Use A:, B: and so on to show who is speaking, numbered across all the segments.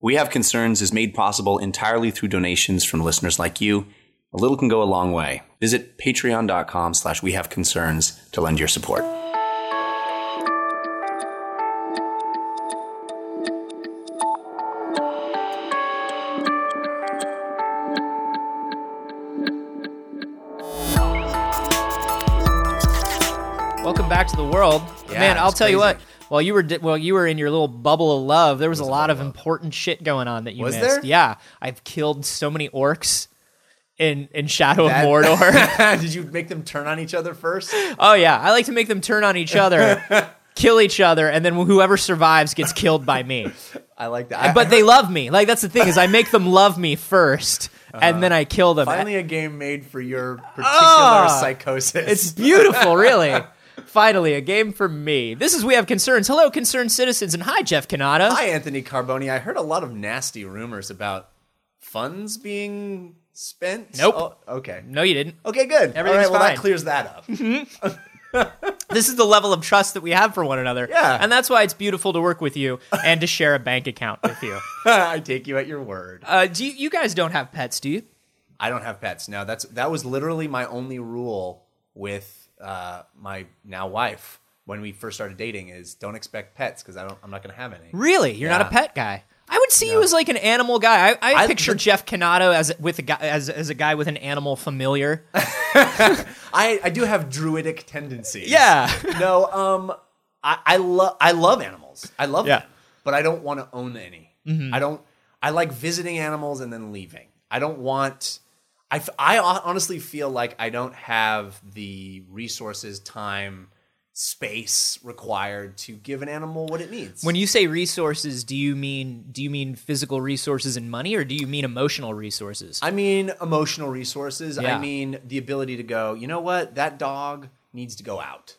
A: We Have Concerns is made possible entirely through donations from listeners like you. A little can go a long way. Visit patreon.com slash we have concerns to lend your support.
B: Welcome back to the world,
C: Yeah,
B: man. I'll
C: it's
B: tell you
C: crazy.
B: what. While you were di- while you were in your little bubble of love, there was, a lot of important shit going on that you
C: Was
B: missed.
C: there?
B: Yeah, I've killed so many orcs in in Shadow
C: That-
B: of Mordor.
C: Did you make them turn on each other first?
B: oh yeah, I like to make them turn on each other, kill each other, and then whoever survives gets killed by me.
C: I like that.
B: But they love me. Like that's the thing is, I make them love me 1st and then I kill them.
C: Uh-huh. finally a game made for your particular
B: Ah!
C: psychosis.
B: It's beautiful, really. Finally, a game for me. This is We Have Concerns. Hello, concerned citizens, and hi, Jeff Canada.
C: Hi, Anthony Carboni. I heard a lot of nasty rumors about funds being spent.
B: Nope.
C: Oh, okay.
B: No, you didn't.
C: Okay, good. All
B: Everything's
C: right, well,
B: fine.
C: that clears that up.
B: This is the level of trust that we have for one another.
C: Yeah.
B: And that's why it's beautiful to work with you and to share a bank account with you.
C: I take you at your word.
B: Uh, do you, you guys don't have pets, do you?
C: I don't have pets. No, that's that was literally my only rule with uh, my now wife when we first started dating is don't expect pets because I don't I'm not gonna have any.
B: Really? You're not
C: Yeah.
B: a pet guy. I would see you as like an animal guy. I, I,
C: I-
B: picture Jeff Canado as with a guy as, as a guy with an animal familiar.
C: I, I do have druidic tendencies.
B: Yeah.
C: no, um I, I love I love animals. I love
B: Yeah. Mm-hmm.
C: them. But I don't want to own any. I don't I like visiting animals and then leaving. I don't want I, f- I hon- honestly feel like I don't have the resources, time, space required to give an animal what it needs.
B: When you say resources, do you mean do you mean physical resources and money, or do you mean emotional resources?
C: I mean emotional resources.
B: Yeah.
C: I mean the ability to go, you know what? That dog needs to go out.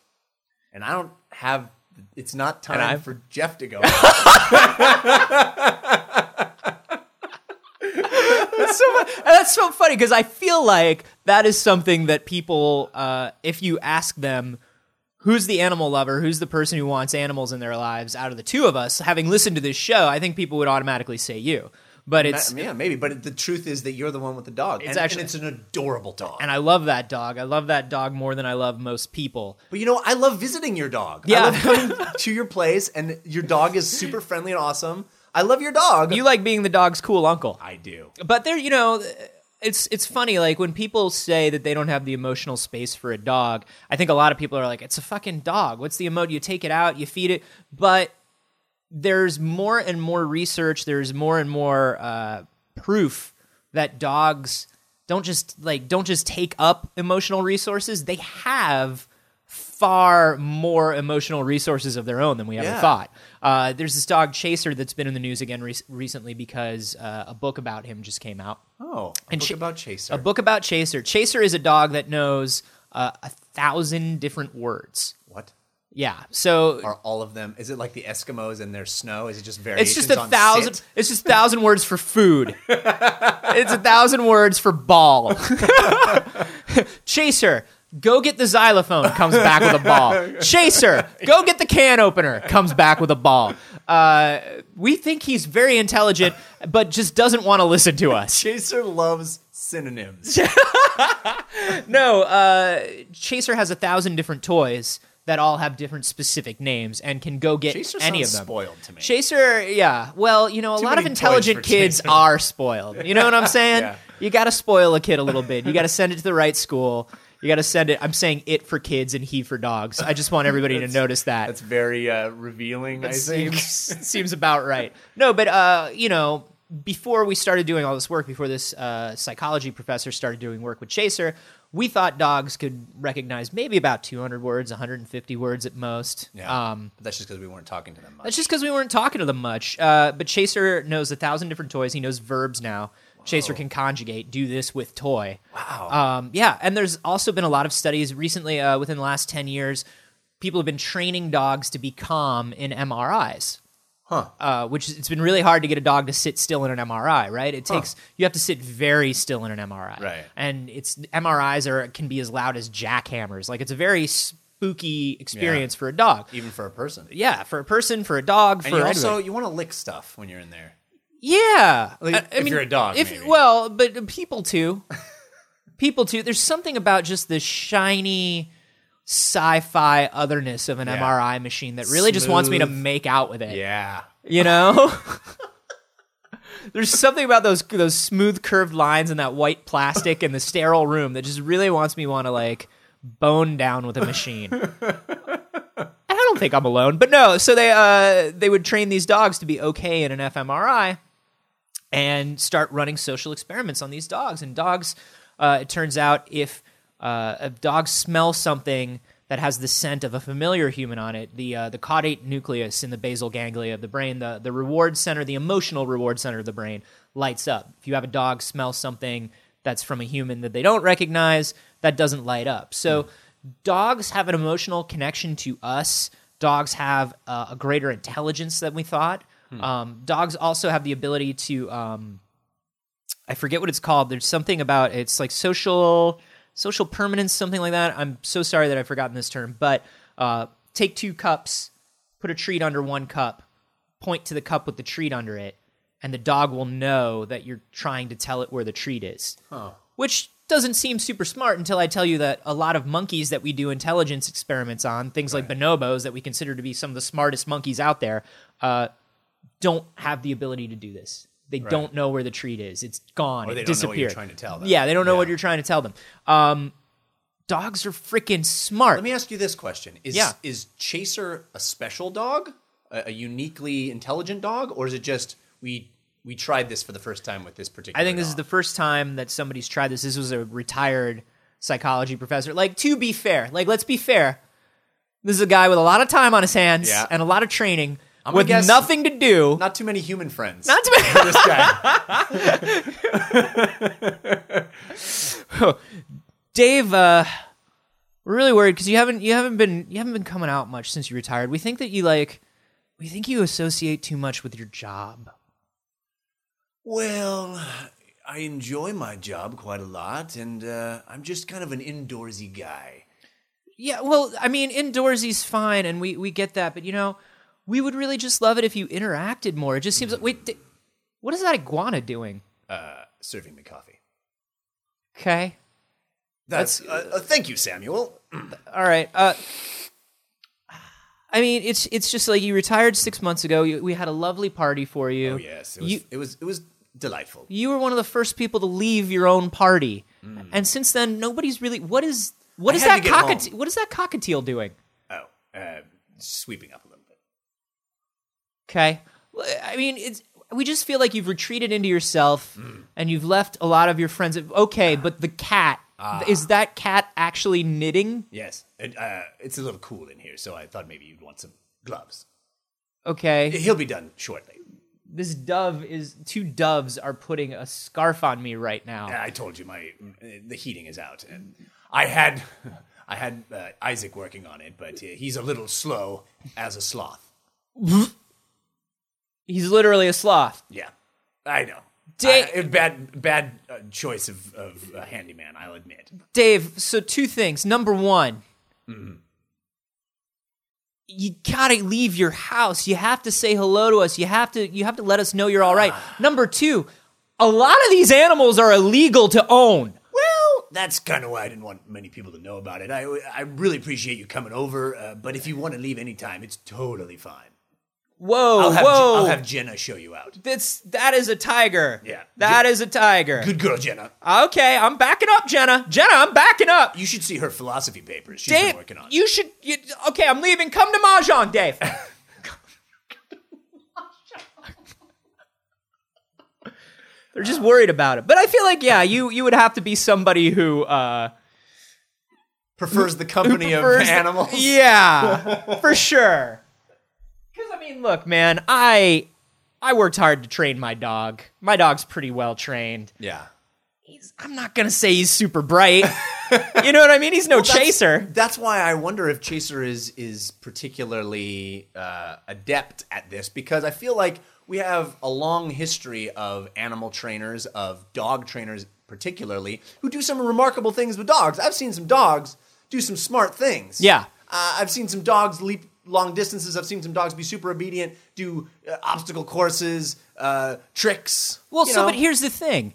C: And I don't have it's not time
B: I've-
C: for Jeff to go out.
B: And that's so funny because I feel like that is something that people, uh, if you ask them, who's the animal lover, who's the person who wants animals in their lives, out of the two of us, having listened to this show, I think people would automatically say you. But it's
C: yeah, maybe. But the truth is that you're the one with the dog. and,
B: actually-
C: and it's an adorable dog.
B: and I love that dog. I love that dog more than I love most people.
C: but you know, I love visiting your dog.
B: Yeah.
C: I love coming to your place and your dog is super friendly and awesome. I love your dog.
B: You like being the dog's cool uncle.
C: I do.
B: but there you know it's it's funny like when people say that they don't have the emotional space for a dog i think a lot of people are like it's a fucking dog what's the emo you take it out you feed it but there's more and more research there's more and more uh, proof that dogs don't just like don't just take up emotional resources they have far more emotional resources of their own than we ever
C: Yeah.
B: thought uh, there's this dog chaser that's been in the news again re- recently because uh, a book about him just came out
C: Oh, a
B: And
C: book
B: she-
C: about Chaser.
B: a book about chaser chaser is a dog that knows uh, a thousand different words
C: what?
B: yeah so
C: Are all of them? Is it like the Eskimos and their snow? Is it just variations?
B: it's just a
C: on
B: thousand
C: sit?
B: it's just thousand words for food it's a thousand words for ball chaser go get the xylophone comes back with a ball chaser go get the can opener comes back with a ball uh, we think he's very intelligent but just doesn't want to listen to us
C: Chaser loves synonyms.
B: no uh, chaser has a thousand different toys that all have different specific names and can go get
C: Chaser
B: any of
C: sounds
B: them
C: spoiled to me.
B: Chaser, yeah. Well, you know, a lot of
C: many
B: intelligent
C: toys for
B: kids
C: Chaser.
B: are spoiled. You know what I'm saying?
C: Yeah.
B: You got to spoil a kid a little bit. You got to send it to the right school. You got to send it. I'm saying it for kids and he for dogs. I just want everybody to notice that.
C: That's very uh, revealing. I think.
B: seems seems about right. No, but uh, you know, before we started doing all this work, before this uh, psychology professor started doing work with Chaser, we thought dogs could recognize maybe about 200 words, 150 words at most.
C: Yeah.
B: Um,
C: But that's just because we weren't talking to them much.
B: that's just because we weren't talking to them much. Uh, but Chaser knows a thousand different toys. He knows verbs now. Chaser can conjugate, do this with toy. Wow. Um, yeah, and there's also been a lot of studies recently, uh, within the last ten years, people have been training dogs to be calm in MRIs. Huh. Uh, which is- it's been really hard to get a dog to sit still in an MRI, right? It takes you have to sit very still in an MRI,
C: Right.
B: And it's MRIs are can be as loud as jackhammers. Like it's a very spooky experience for a dog
C: Even for a person.
B: yeah, for a person, for a dog,
C: And
B: for
C: you also
B: anybody.
C: you want to lick stuff when you're in there.
B: Yeah,
C: Like, if you're a dog,
B: If
C: maybe.
B: well, but people too, people too. There's something about just the shiny sci-fi otherness of an
C: Yeah.
B: MRI machine that really just wants me to
C: Smooth.
B: make out with it.
C: Yeah.
B: You know, there's something about those those smooth curved lines and that white plastic and the sterile room that just really wants me want to like bone down with a machine. And I don't think I'm alone, but no. So they uh they would train these dogs to be okay in an fMRI and start running social experiments on these dogs. And dogs, uh, it turns out, if uh, a dog smells something that has the scent of a familiar human on it, the uh, the caudate nucleus in the basal ganglia of the brain, the the reward center, the emotional reward center of the brain, lights up. If you have a dog smell something that's from a human that they don't recognize, that doesn't light up. So dogs have an emotional connection to us. Dogs have uh, a greater intelligence than we thought. Um, dogs also have the ability to, um, I forget what it's called. There's something about it's like social social permanence, something like that. I'm so sorry that I've forgotten this term, but uh, take two cups, put a treat under one cup, point to the cup with the treat under it, and the dog will know that you're trying to tell it where the treat is which doesn't seem super smart until I tell you that a lot of monkeys that we do intelligence experiments on, things like bonobos that we consider to be some of the smartest monkeys out there, uh, don't have the ability to do this. They don't know where the treat is. It's gone.
C: they
B: it
C: don't know what you're
B: disappeared.
C: trying to tell them.
B: Yeah, they don't know what
C: Yeah.
B: you're trying to tell them. Um, dogs are freaking smart.
C: Let me ask you this question: Is
B: Yeah.
C: is Chaser a special dog, a, a uniquely intelligent dog, or is it just we we tried this for the first time with this particular?
B: I think this is the first time that somebody's tried this. This was a retired psychology professor. Like, to be fair, like, let's be fair. This is a guy with a lot of time on his hands
C: Yeah.
B: and a lot of training
C: gonna
B: with
C: guess-
B: nothing to do.
C: Not too many human friends.
B: Not to
C: this guy.
B: Dave, uh, we're really worried because you haven't you haven't been you haven't been coming out much since you retired. We think that you like we think you associate too much with your job.
C: well, I enjoy my job quite a lot, and uh, I'm just kind of an indoorsy guy.
B: Yeah, well, I mean, indoorsy's fine, and we we get that, but you know, we would really just love it if you interacted more. It just seems like wait, di- what is that iguana doing?
C: Uh, serving me coffee.
B: Okay,
C: That's, uh, uh, thank you, Samuel.
B: all right. Uh, I mean, it's it's just like you retired six months ago. You, we had a lovely party for you.
C: Oh yes, it was,
B: You-
C: it was it was delightful.
B: you were one of the first people to leave your own party, and since then nobody's really. What is what
C: Mm. I
B: is
C: had
B: that
C: to get
B: cockate-
C: home.
B: What is that cockatiel doing?
C: Oh, uh, sweeping up a little bit.
B: Okay, Well, I mean it's. We just feel like you've retreated into yourself, and you've left a lot of your friends. Okay, but the cat is that cat actually knitting?
C: Yes, and, uh, it's a little cool in here, so I thought maybe you'd want some gloves.
B: Okay,
C: He'll be done shortly.
B: this dove is two doves are putting a scarf on me right now.
C: I told you my the heating is out, and I had I had uh, Isaac working on it, but uh, he's a little slow as a sloth.
B: He's literally a sloth.
C: Yeah, I know.
B: Da-
C: I- bad bad uh, choice of of uh, handyman, I'll admit.
B: Dave, so two things. Number one, you gotta leave your house. You have to say hello to us. You have to you have to let us know you're all right. Number two, a lot of these animals are illegal to own.
C: Well, that's kind of why I didn't want many people to know about it. I I really appreciate you coming over, uh, but if you want to leave anytime, it's totally fine.
B: Whoa,
C: I'll have,
B: Oh, whoa.
C: I'll have Jenna show you out.
B: That's that is a tiger.
C: Yeah.
B: that is a tiger.
C: Good girl, Jenna.
B: Okay, I'm backing up, Jenna. Jenna, I'm backing up.
C: You should see her philosophy papers she's
B: Dave,
C: been working on.
B: you should. You, okay, I'm leaving. Come to mahjong, Dave. They're just worried about it. But I feel like, yeah, you you would have to be somebody who uh,
C: prefers the company
B: prefers-
C: of animals.
B: Yeah, for sure. Because I mean, look, man, I I worked hard to train my dog. My dog's pretty well trained.
C: Yeah.
B: He's, I'm not gonna say he's super bright. you know what I mean? He's no chaser.
C: That's why I wonder if Chaser is is particularly uh, adept at this because I feel like we have a long history of animal trainers, of dog trainers particularly, who do some remarkable things with dogs. I've seen some dogs do some smart things.
B: Yeah.
C: Uh, I've seen some dogs leap long distances. I've seen some dogs be super obedient, do uh, obstacle courses, uh, tricks.
B: Well,
C: you
B: so
C: know?
B: but here's the thing.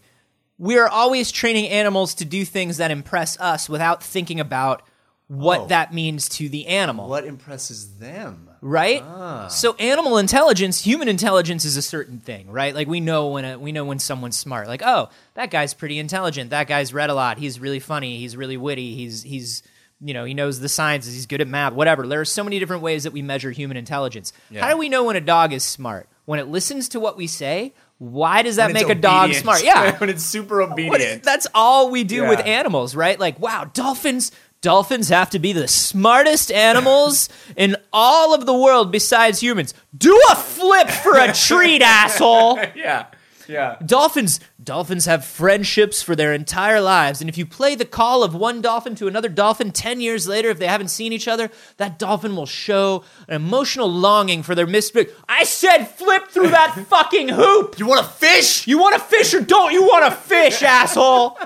B: We are always training animals to do things that impress us without thinking about what
C: Oh.
B: that means to the animal.
C: what impresses them?
B: Right?
C: Ah.
B: So animal intelligence, human intelligence is a certain thing, right? Like we know when a, we know when someone's smart. Like, oh, that guy's pretty intelligent. That guy's read a lot. He's really funny. He's really witty. He's he's you know, he knows the sciences. He's good at math, whatever. There are so many different ways that we measure human intelligence. How do we know when a dog is smart? When it listens to what we say? Why does that
C: When it's
B: make a dog
C: obedient.
B: smart? Yeah.
C: when it's super
B: What-
C: obedient.
B: that's all we do
C: Yeah.
B: with animals, right? Like, wow, dolphins. Dolphins have to be the smartest animals in all of the world besides humans. Do a flip for a treat, asshole.
C: yeah, yeah.
B: Dolphins dolphins have friendships for their entire lives, and if you play the call of one dolphin to another dolphin 10 years later if they haven't seen each other, that dolphin will show an emotional longing for their misfit. I said flip through that fucking hoop.
C: You want a fish?
B: You want to fish or don't you want to fish, asshole?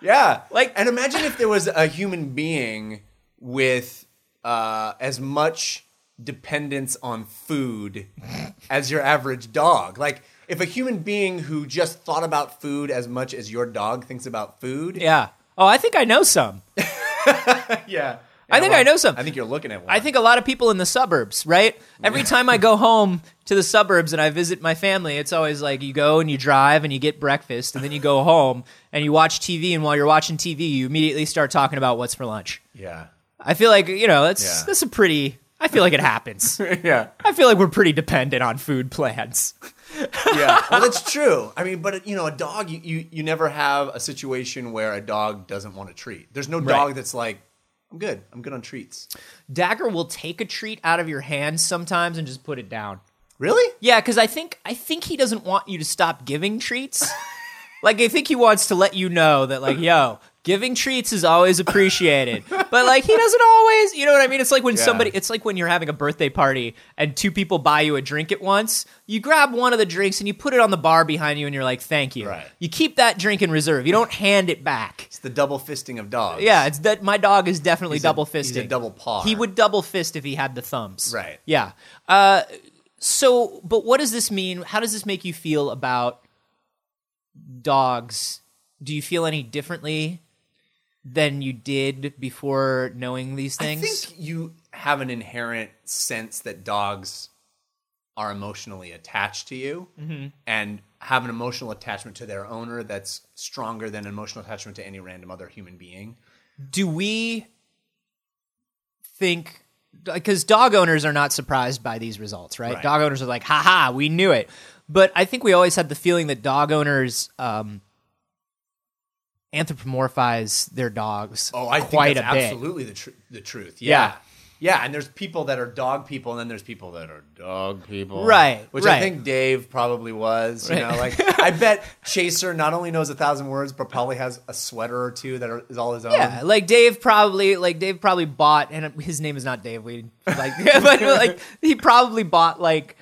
C: Yeah.
B: Like-
C: and imagine if there was a human being with uh, as much dependence on food as your average dog. Like, if a human being who just thought about food as much as your dog thinks about food.
B: Yeah. Oh, I think I know some.
C: yeah.
B: I think I know some.
C: I think you're looking at one.
B: I think a lot of people in the suburbs, right? Every time I go home to the suburbs and I visit my family, it's always like you go and you drive and you get breakfast and then you go home and you watch TV and while you're watching TV, you immediately start talking about what's for lunch.
C: Yeah.
B: I feel like, you know, that's
C: Yeah.
B: that's a pretty I feel like it happens.
C: yeah.
B: I feel like we're pretty dependent on food plans.
C: Yeah. Well, that's true. I mean, but you know, a dog, you, you, you never have a situation where a dog doesn't want a treat. There's no dog that's like, I'm good. I'm good on treats.
B: Dagger will take a treat out of your hands sometimes and just put it down.
C: Really?
B: Yeah, because I think I think he doesn't want you to stop giving treats. like I think he wants to let you know that like, yo, giving treats is always appreciated. but like he doesn't always you know what I mean? It's like when somebody it's like when you're having a birthday party and two people buy you a drink at once, you grab one of the drinks and you put it on the bar behind you and you're like, Thank you.
C: Right.
B: You keep that drink in reserve. You don't hand it back.
C: It's the double fisting of dogs.
B: Yeah, it's that my dog is definitely
C: He's a-
B: double fisting.
C: he's a double paw.
B: He would double fist if he had the thumbs.
C: Right.
B: Yeah. Uh, so, but what does this mean? How does this make you feel about dogs? Do you feel any differently than you did before knowing these
C: I
B: things?
C: think you have an inherent sense that dogs are emotionally attached to you
B: Mm-hmm.
C: and have an emotional attachment to their owner that's stronger than an emotional attachment to any random other human being.
B: Do we think because dog owners are not surprised by these results, right?
C: Right.
B: Dog owners are like, haha, we knew it. But I think we always had the feeling that dog owners um, anthropomorphize their dogs
C: Oh, I
B: quite
C: think that's
B: a bit.
C: absolutely the, tr- the truth.
B: Yeah.
C: Yeah. yeah. and there's people that are dog people, and then there's people that are dog people.
B: Right,
C: Which
B: right.
C: I think Dave probably was. You
B: Right.
C: know, like, I bet Chaser not only knows a thousand words, but probably has a sweater or two that are, is all his own.
B: Yeah, like Dave probably like Dave probably bought and his name is not Dave. We like but like he probably bought like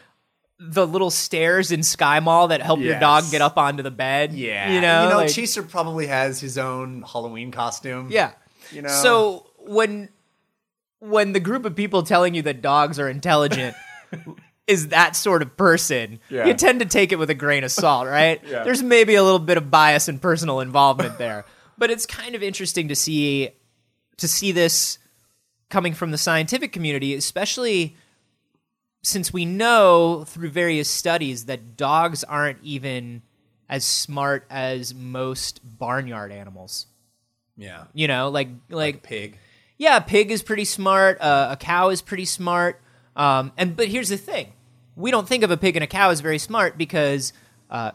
B: the little stairs in Sky Mall that help your
C: Yes.
B: dog get up onto the bed.
C: Yeah.
B: you know, like-
C: Chaser probably has his own Halloween costume.
B: yeah.
C: Mm. You know?
B: So when when the group of people telling you that dogs are intelligent is that sort of person,
C: Yeah.
B: you tend to take it with a grain of salt, right?
C: Yeah.
B: There's maybe a little bit of bias and personal involvement there. but it's kind of interesting to see to see this coming from the scientific community, especially since we know through various studies that dogs aren't even as smart as most barnyard animals.
C: Yeah.
B: You know, like like
C: Pig.
B: yeah, a pig is pretty smart. Uh, a cow is pretty smart. Um, and but here's the thing: we don't think of a pig and a cow as very smart because uh,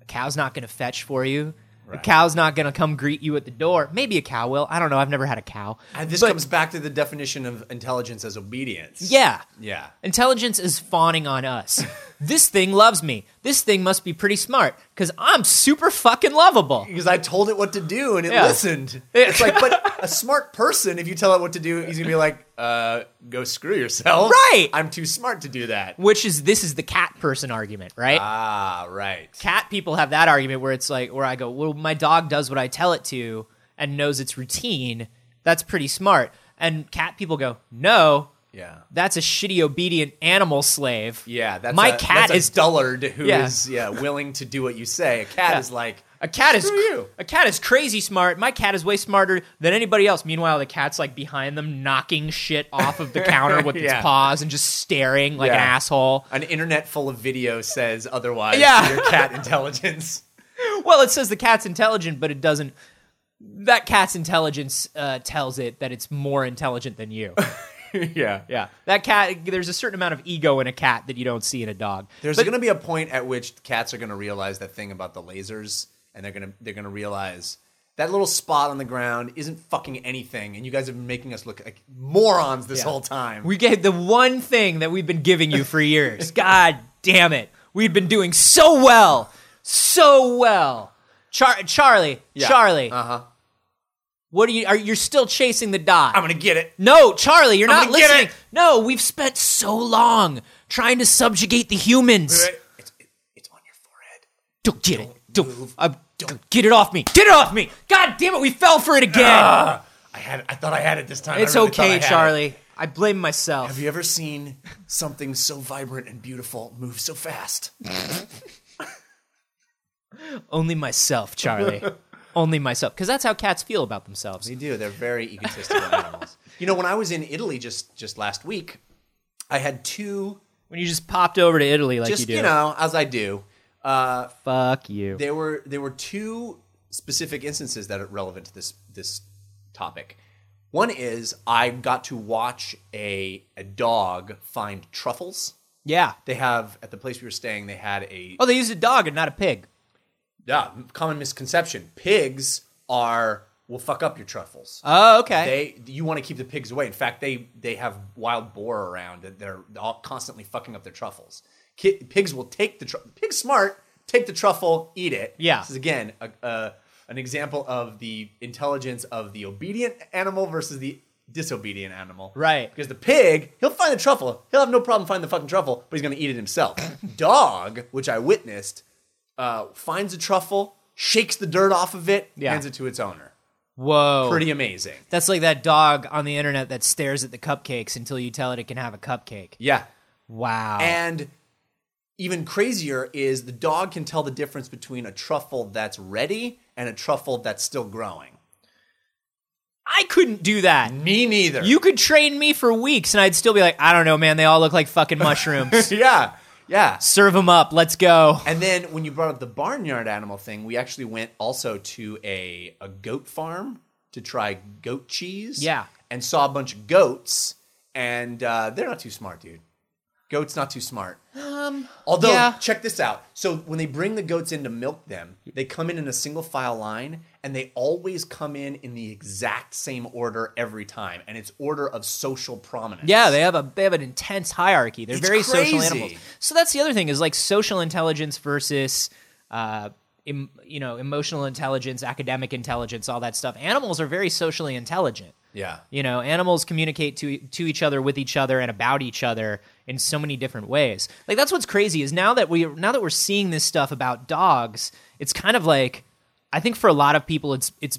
B: a cow's not going to fetch for you. A cow's not going to come greet you at the door. Maybe a cow will. I don't know. I've never had a cow.
C: And Uh, this
B: But-
C: comes back to the definition of intelligence as obedience.
B: Yeah.
C: Yeah.
B: Intelligence is fawning on us. this thing loves me. This thing must be pretty smart because I'm super fucking lovable.
C: Because I told it what to do and it
B: Yeah.
C: listened. It's like, but a smart person, if you tell it what to do, he's gonna be like, uh, "Go screw yourself."
B: Right.
C: I'm too smart to do that.
B: Which is this is the cat person argument, right?
C: Ah, right.
B: cat people have that argument where it's like where I go, well, my dog does what I tell it to and knows its routine. That's pretty smart. And cat people go, no,
C: Yeah.
B: That's a shitty obedient animal slave.
C: Yeah, that's
B: My
C: a-
B: cat
C: that's a
B: is-
C: dullard who is
B: Yeah.
C: yeah. willing to do what you say. A cat
B: Yeah.
C: is like
B: A cat is
C: Screw you.
B: a cat is crazy smart. My cat is way smarter than anybody else. Meanwhile, the cat's like behind them, knocking shit off of the counter with
C: Yeah.
B: its paws and just staring like an
C: Yeah.
B: asshole.
C: an internet full of video says otherwise.
B: Yeah.
C: to your cat intelligence.
B: Well, it says the cat's intelligent, but it doesn't. That cat's intelligence uh, tells it that it's more intelligent than you.
C: yeah,
B: Yeah, that cat. There's a certain amount of ego in a cat that you don't see in a dog.
C: There's
B: But-
C: going to be a point at which cats are going to realize that thing about the lasers, and they're going to they're going to realize that little spot on the ground isn't fucking anything, and you guys have been making us look like morons this
B: Yeah.
C: whole time.
B: We gave the one thing that we've been giving you for years. God damn it. We'd been doing so well. So well. Char- Charlie, Charlie,
C: uh huh.
B: what are you are you're still chasing the dot?
C: I'm going to get it.
B: no, Charlie, you're not
C: gonna get
B: listening.
C: it.
B: No, we've spent so long trying to subjugate the humans.
C: It's, it, it's on your forehead.
B: Don't get it. Don't, I'm- get it off me. Get it off me. God damn it, we fell for it again.
C: I had. I thought I had it this time. I
B: it's
C: really thought I
B: okay,
C: had it.
B: Charlie. I blame myself.
C: Have you ever seen something so vibrant and beautiful move so fast?
B: Only myself, Charlie. Only myself. Because that's how cats feel about themselves.
C: They do. They're very egotistical animals. You know, when I was in Italy just just last week, I had two.
B: When you just popped over to Italy like you
C: Just
B: do.
C: you know, as I do, uh,
B: Fuck you.
C: there were there were two specific instances that are relevant to this this topic. One is I got to watch a a dog find truffles.
B: yeah.
C: They have at the place we were staying. They had a
B: Oh, they used a dog and not a pig.
C: yeah, common misconception. Pigs are will fuck up your truffles.
B: Oh, okay.
C: they you want to keep the pigs away. In fact, they they have wild boar around that they're all constantly fucking up their truffles. Ki- pigs will take the tru- pigs smart take the truffle, eat it.
B: Yeah.
C: this is again a, a, an example of the intelligence of the obedient animal versus the disobedient animal.
B: Right.
C: Because the pig, he'll find the truffle. He'll have no problem finding the fucking truffle, but he's gonna eat it himself. Dog, which I witnessed, uh, finds a truffle, shakes the dirt off of it,
B: Yeah.
C: hands it to its owner.
B: Whoa.
C: Pretty amazing.
B: That's like that dog on the internet that stares at the cupcakes until you tell it it can have a cupcake.
C: Yeah.
B: Wow.
C: And even crazier is the dog can tell the difference between a truffle that's ready and a truffle that's still growing.
B: I couldn't do that.
C: Me neither.
B: You could train me for weeks and I'd still be like, I don't know, man. They all look like fucking mushrooms.
C: yeah. Yeah.
B: Serve them up. Let's go.
C: And then when you brought up the barnyard animal thing, we actually went also to a a goat farm to try goat cheese.
B: Yeah.
C: And saw a bunch of goats and uh, they're not too smart, dude. Goats not too smart. Although,
B: Um, yeah.
C: check this out. So when they bring the goats in to milk them, they come in in a single file line, and they always come in in the exact same order every time, and it's order of social prominence.
B: Yeah, they have a they have an intense hierarchy. They're
C: It's
B: very social
C: crazy.
B: animals. So that's the other thing is like social intelligence versus uh em, you know, emotional intelligence, academic intelligence, all that stuff. Animals are very socially intelligent.
C: yeah,
B: You know, animals communicate to to each other with each other and about each other in so many different ways. Like that's what's crazy is now that we now that we're seeing this stuff about dogs, it's kind of like I think for a lot of people it's it's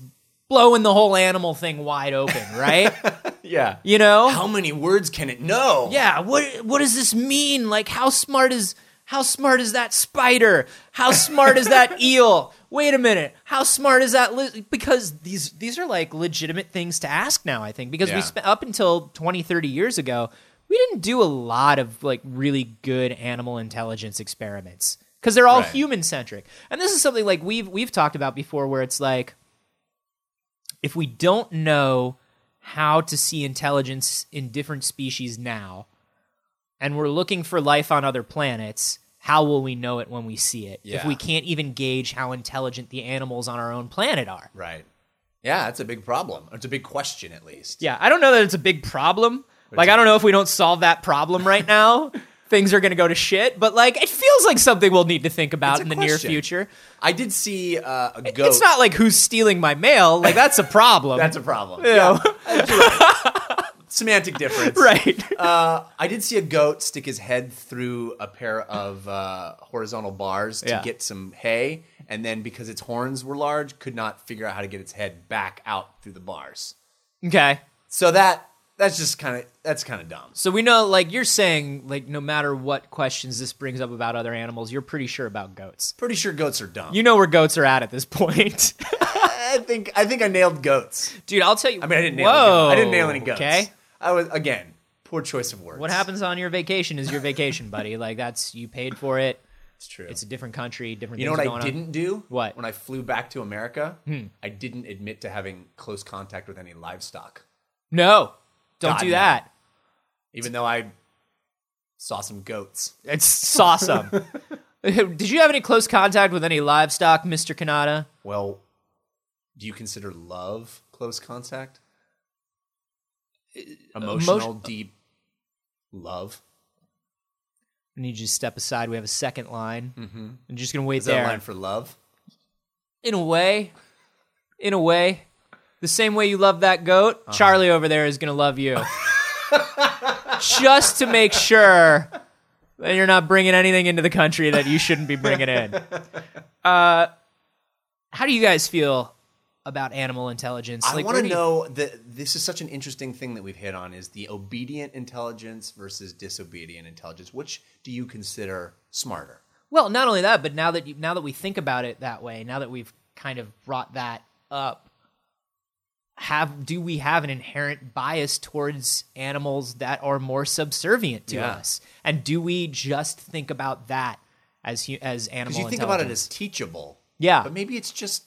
B: blowing the whole animal thing wide open, right?
C: yeah.
B: you know?
C: How many words can it know?
B: yeah what what does this mean like how smart is how smart is that spider how smart is that eel wait a minute how smart is that li-? because these these are like legitimate things to ask now i think because we
C: Yeah.
B: spent up until 20 30 years ago we didn't do a lot of like really good animal intelligence experiments because they're all
C: Right.
B: human centric and this is something like we've we've talked about before where it's like if we don't know how to see intelligence in different species now and we're looking for life on other planets how will we know it when we see it if
C: Yeah.
B: we can't even gauge how intelligent the animals on our own planet are
C: Right. Yeah, that's a big problem. It's a big question, at least.
B: yeah i don't know that it's a big problem like i don't know if we don't solve that problem right now things are going to go to shit but like it feels like something we'll need to think about
C: a
B: in the
C: question.
B: near future
C: I did see uh, a goat.
B: it's not like who's stealing my mail like that's a problem
C: That's a problem.
B: Yeah.
C: Semantic difference.
B: right
C: Uh, I did see a goat stick his head through a pair of uh, horizontal bars to
B: Yeah.
C: get some hay, and then because its horns were large, could not figure out how to get its head back out through the bars.
B: okay
C: So that that's just kind of that's kind of dumb.
B: So we know, like you're saying, like no matter what questions this brings up about other animals, you're pretty sure about goats.
C: Pretty sure goats are dumb.
B: You know where goats are at at this point,
C: I think I think I nailed goats.
B: dude. I'll tell you.
C: I mean, I didn't nail. Any
B: Whoa.
C: goats. I didn't nail any goats.
B: Okay.
C: I was again poor choice of words.
B: What happens on your vacation is your vacation, buddy. Like that's you paid for it.
C: It's true.
B: It's a different country, different.
C: you know
B: things
C: what I
B: going on.
C: didn't do?
B: What? Hmm.
C: When I flew back to America, I didn't admit to having close contact with any livestock,
B: No, don't
C: God,
B: do
C: no.
B: that.
C: even though I saw some goats.
B: It's awesome. Did you have any close contact with any livestock, Mister Kanata?
C: Well, do you consider love close contact?
B: Uh,
C: Emotional, deep love.
B: I need you to step aside. We have a second line. Mm-hmm. I'm just gonna wait
C: Is that
B: there.
C: a line for love?
B: in a way, in a way, the same way you love that goat,
C: Uh-huh.
B: Charlie over there is gonna love you. Just to make sure that you're not bringing anything into the country that you shouldn't be bringing in. Uh, how do you guys feel about animal intelligence?
C: I want
B: where
C: to
B: do you-
C: know that this is such an interesting thing that we've hit on is the obedient intelligence versus disobedient intelligence. Which do you consider smarter?
B: Well, not only that, but now that you, now that we think about it that way, now that we've kind of brought that up, have do we have an inherent bias towards animals that are more subservient to
C: Yeah.
B: us, and do we just think about that as hu- as animal?
C: Because you think about it
B: intelligence?
C: as teachable,
B: Yeah.
C: but maybe it's just,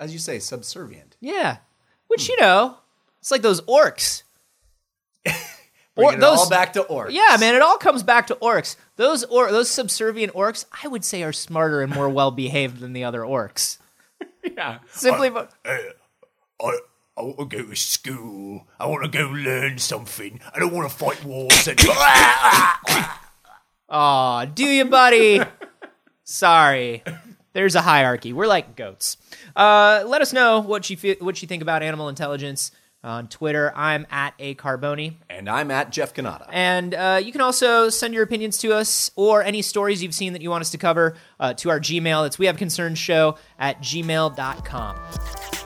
C: as you say, subservient.
B: yeah,
C: Hmm.
B: which you know, it's like those orcs.
C: Bringing it all
B: those-
C: back to orcs.
B: Yeah, man, it all comes back to orcs. Those or those subservient orcs, I would say, are smarter and more well behaved than the other orcs.
C: yeah.
B: Simply, bu-
D: I, I want to go to school. I want to go learn something. I don't want to fight wars and
B: Aw, do you, buddy? Sorry. There's a hierarchy. We're like goats. Uh, let us know what you feel, what you think about animal intelligence on Twitter. I'm at a carboni,
C: And I'm at Jeff Canada.
B: and uh, you can also send your opinions to us or any stories you've seen that you want us to cover uh, to our Gmail. It's we have concerns show at gmail.com.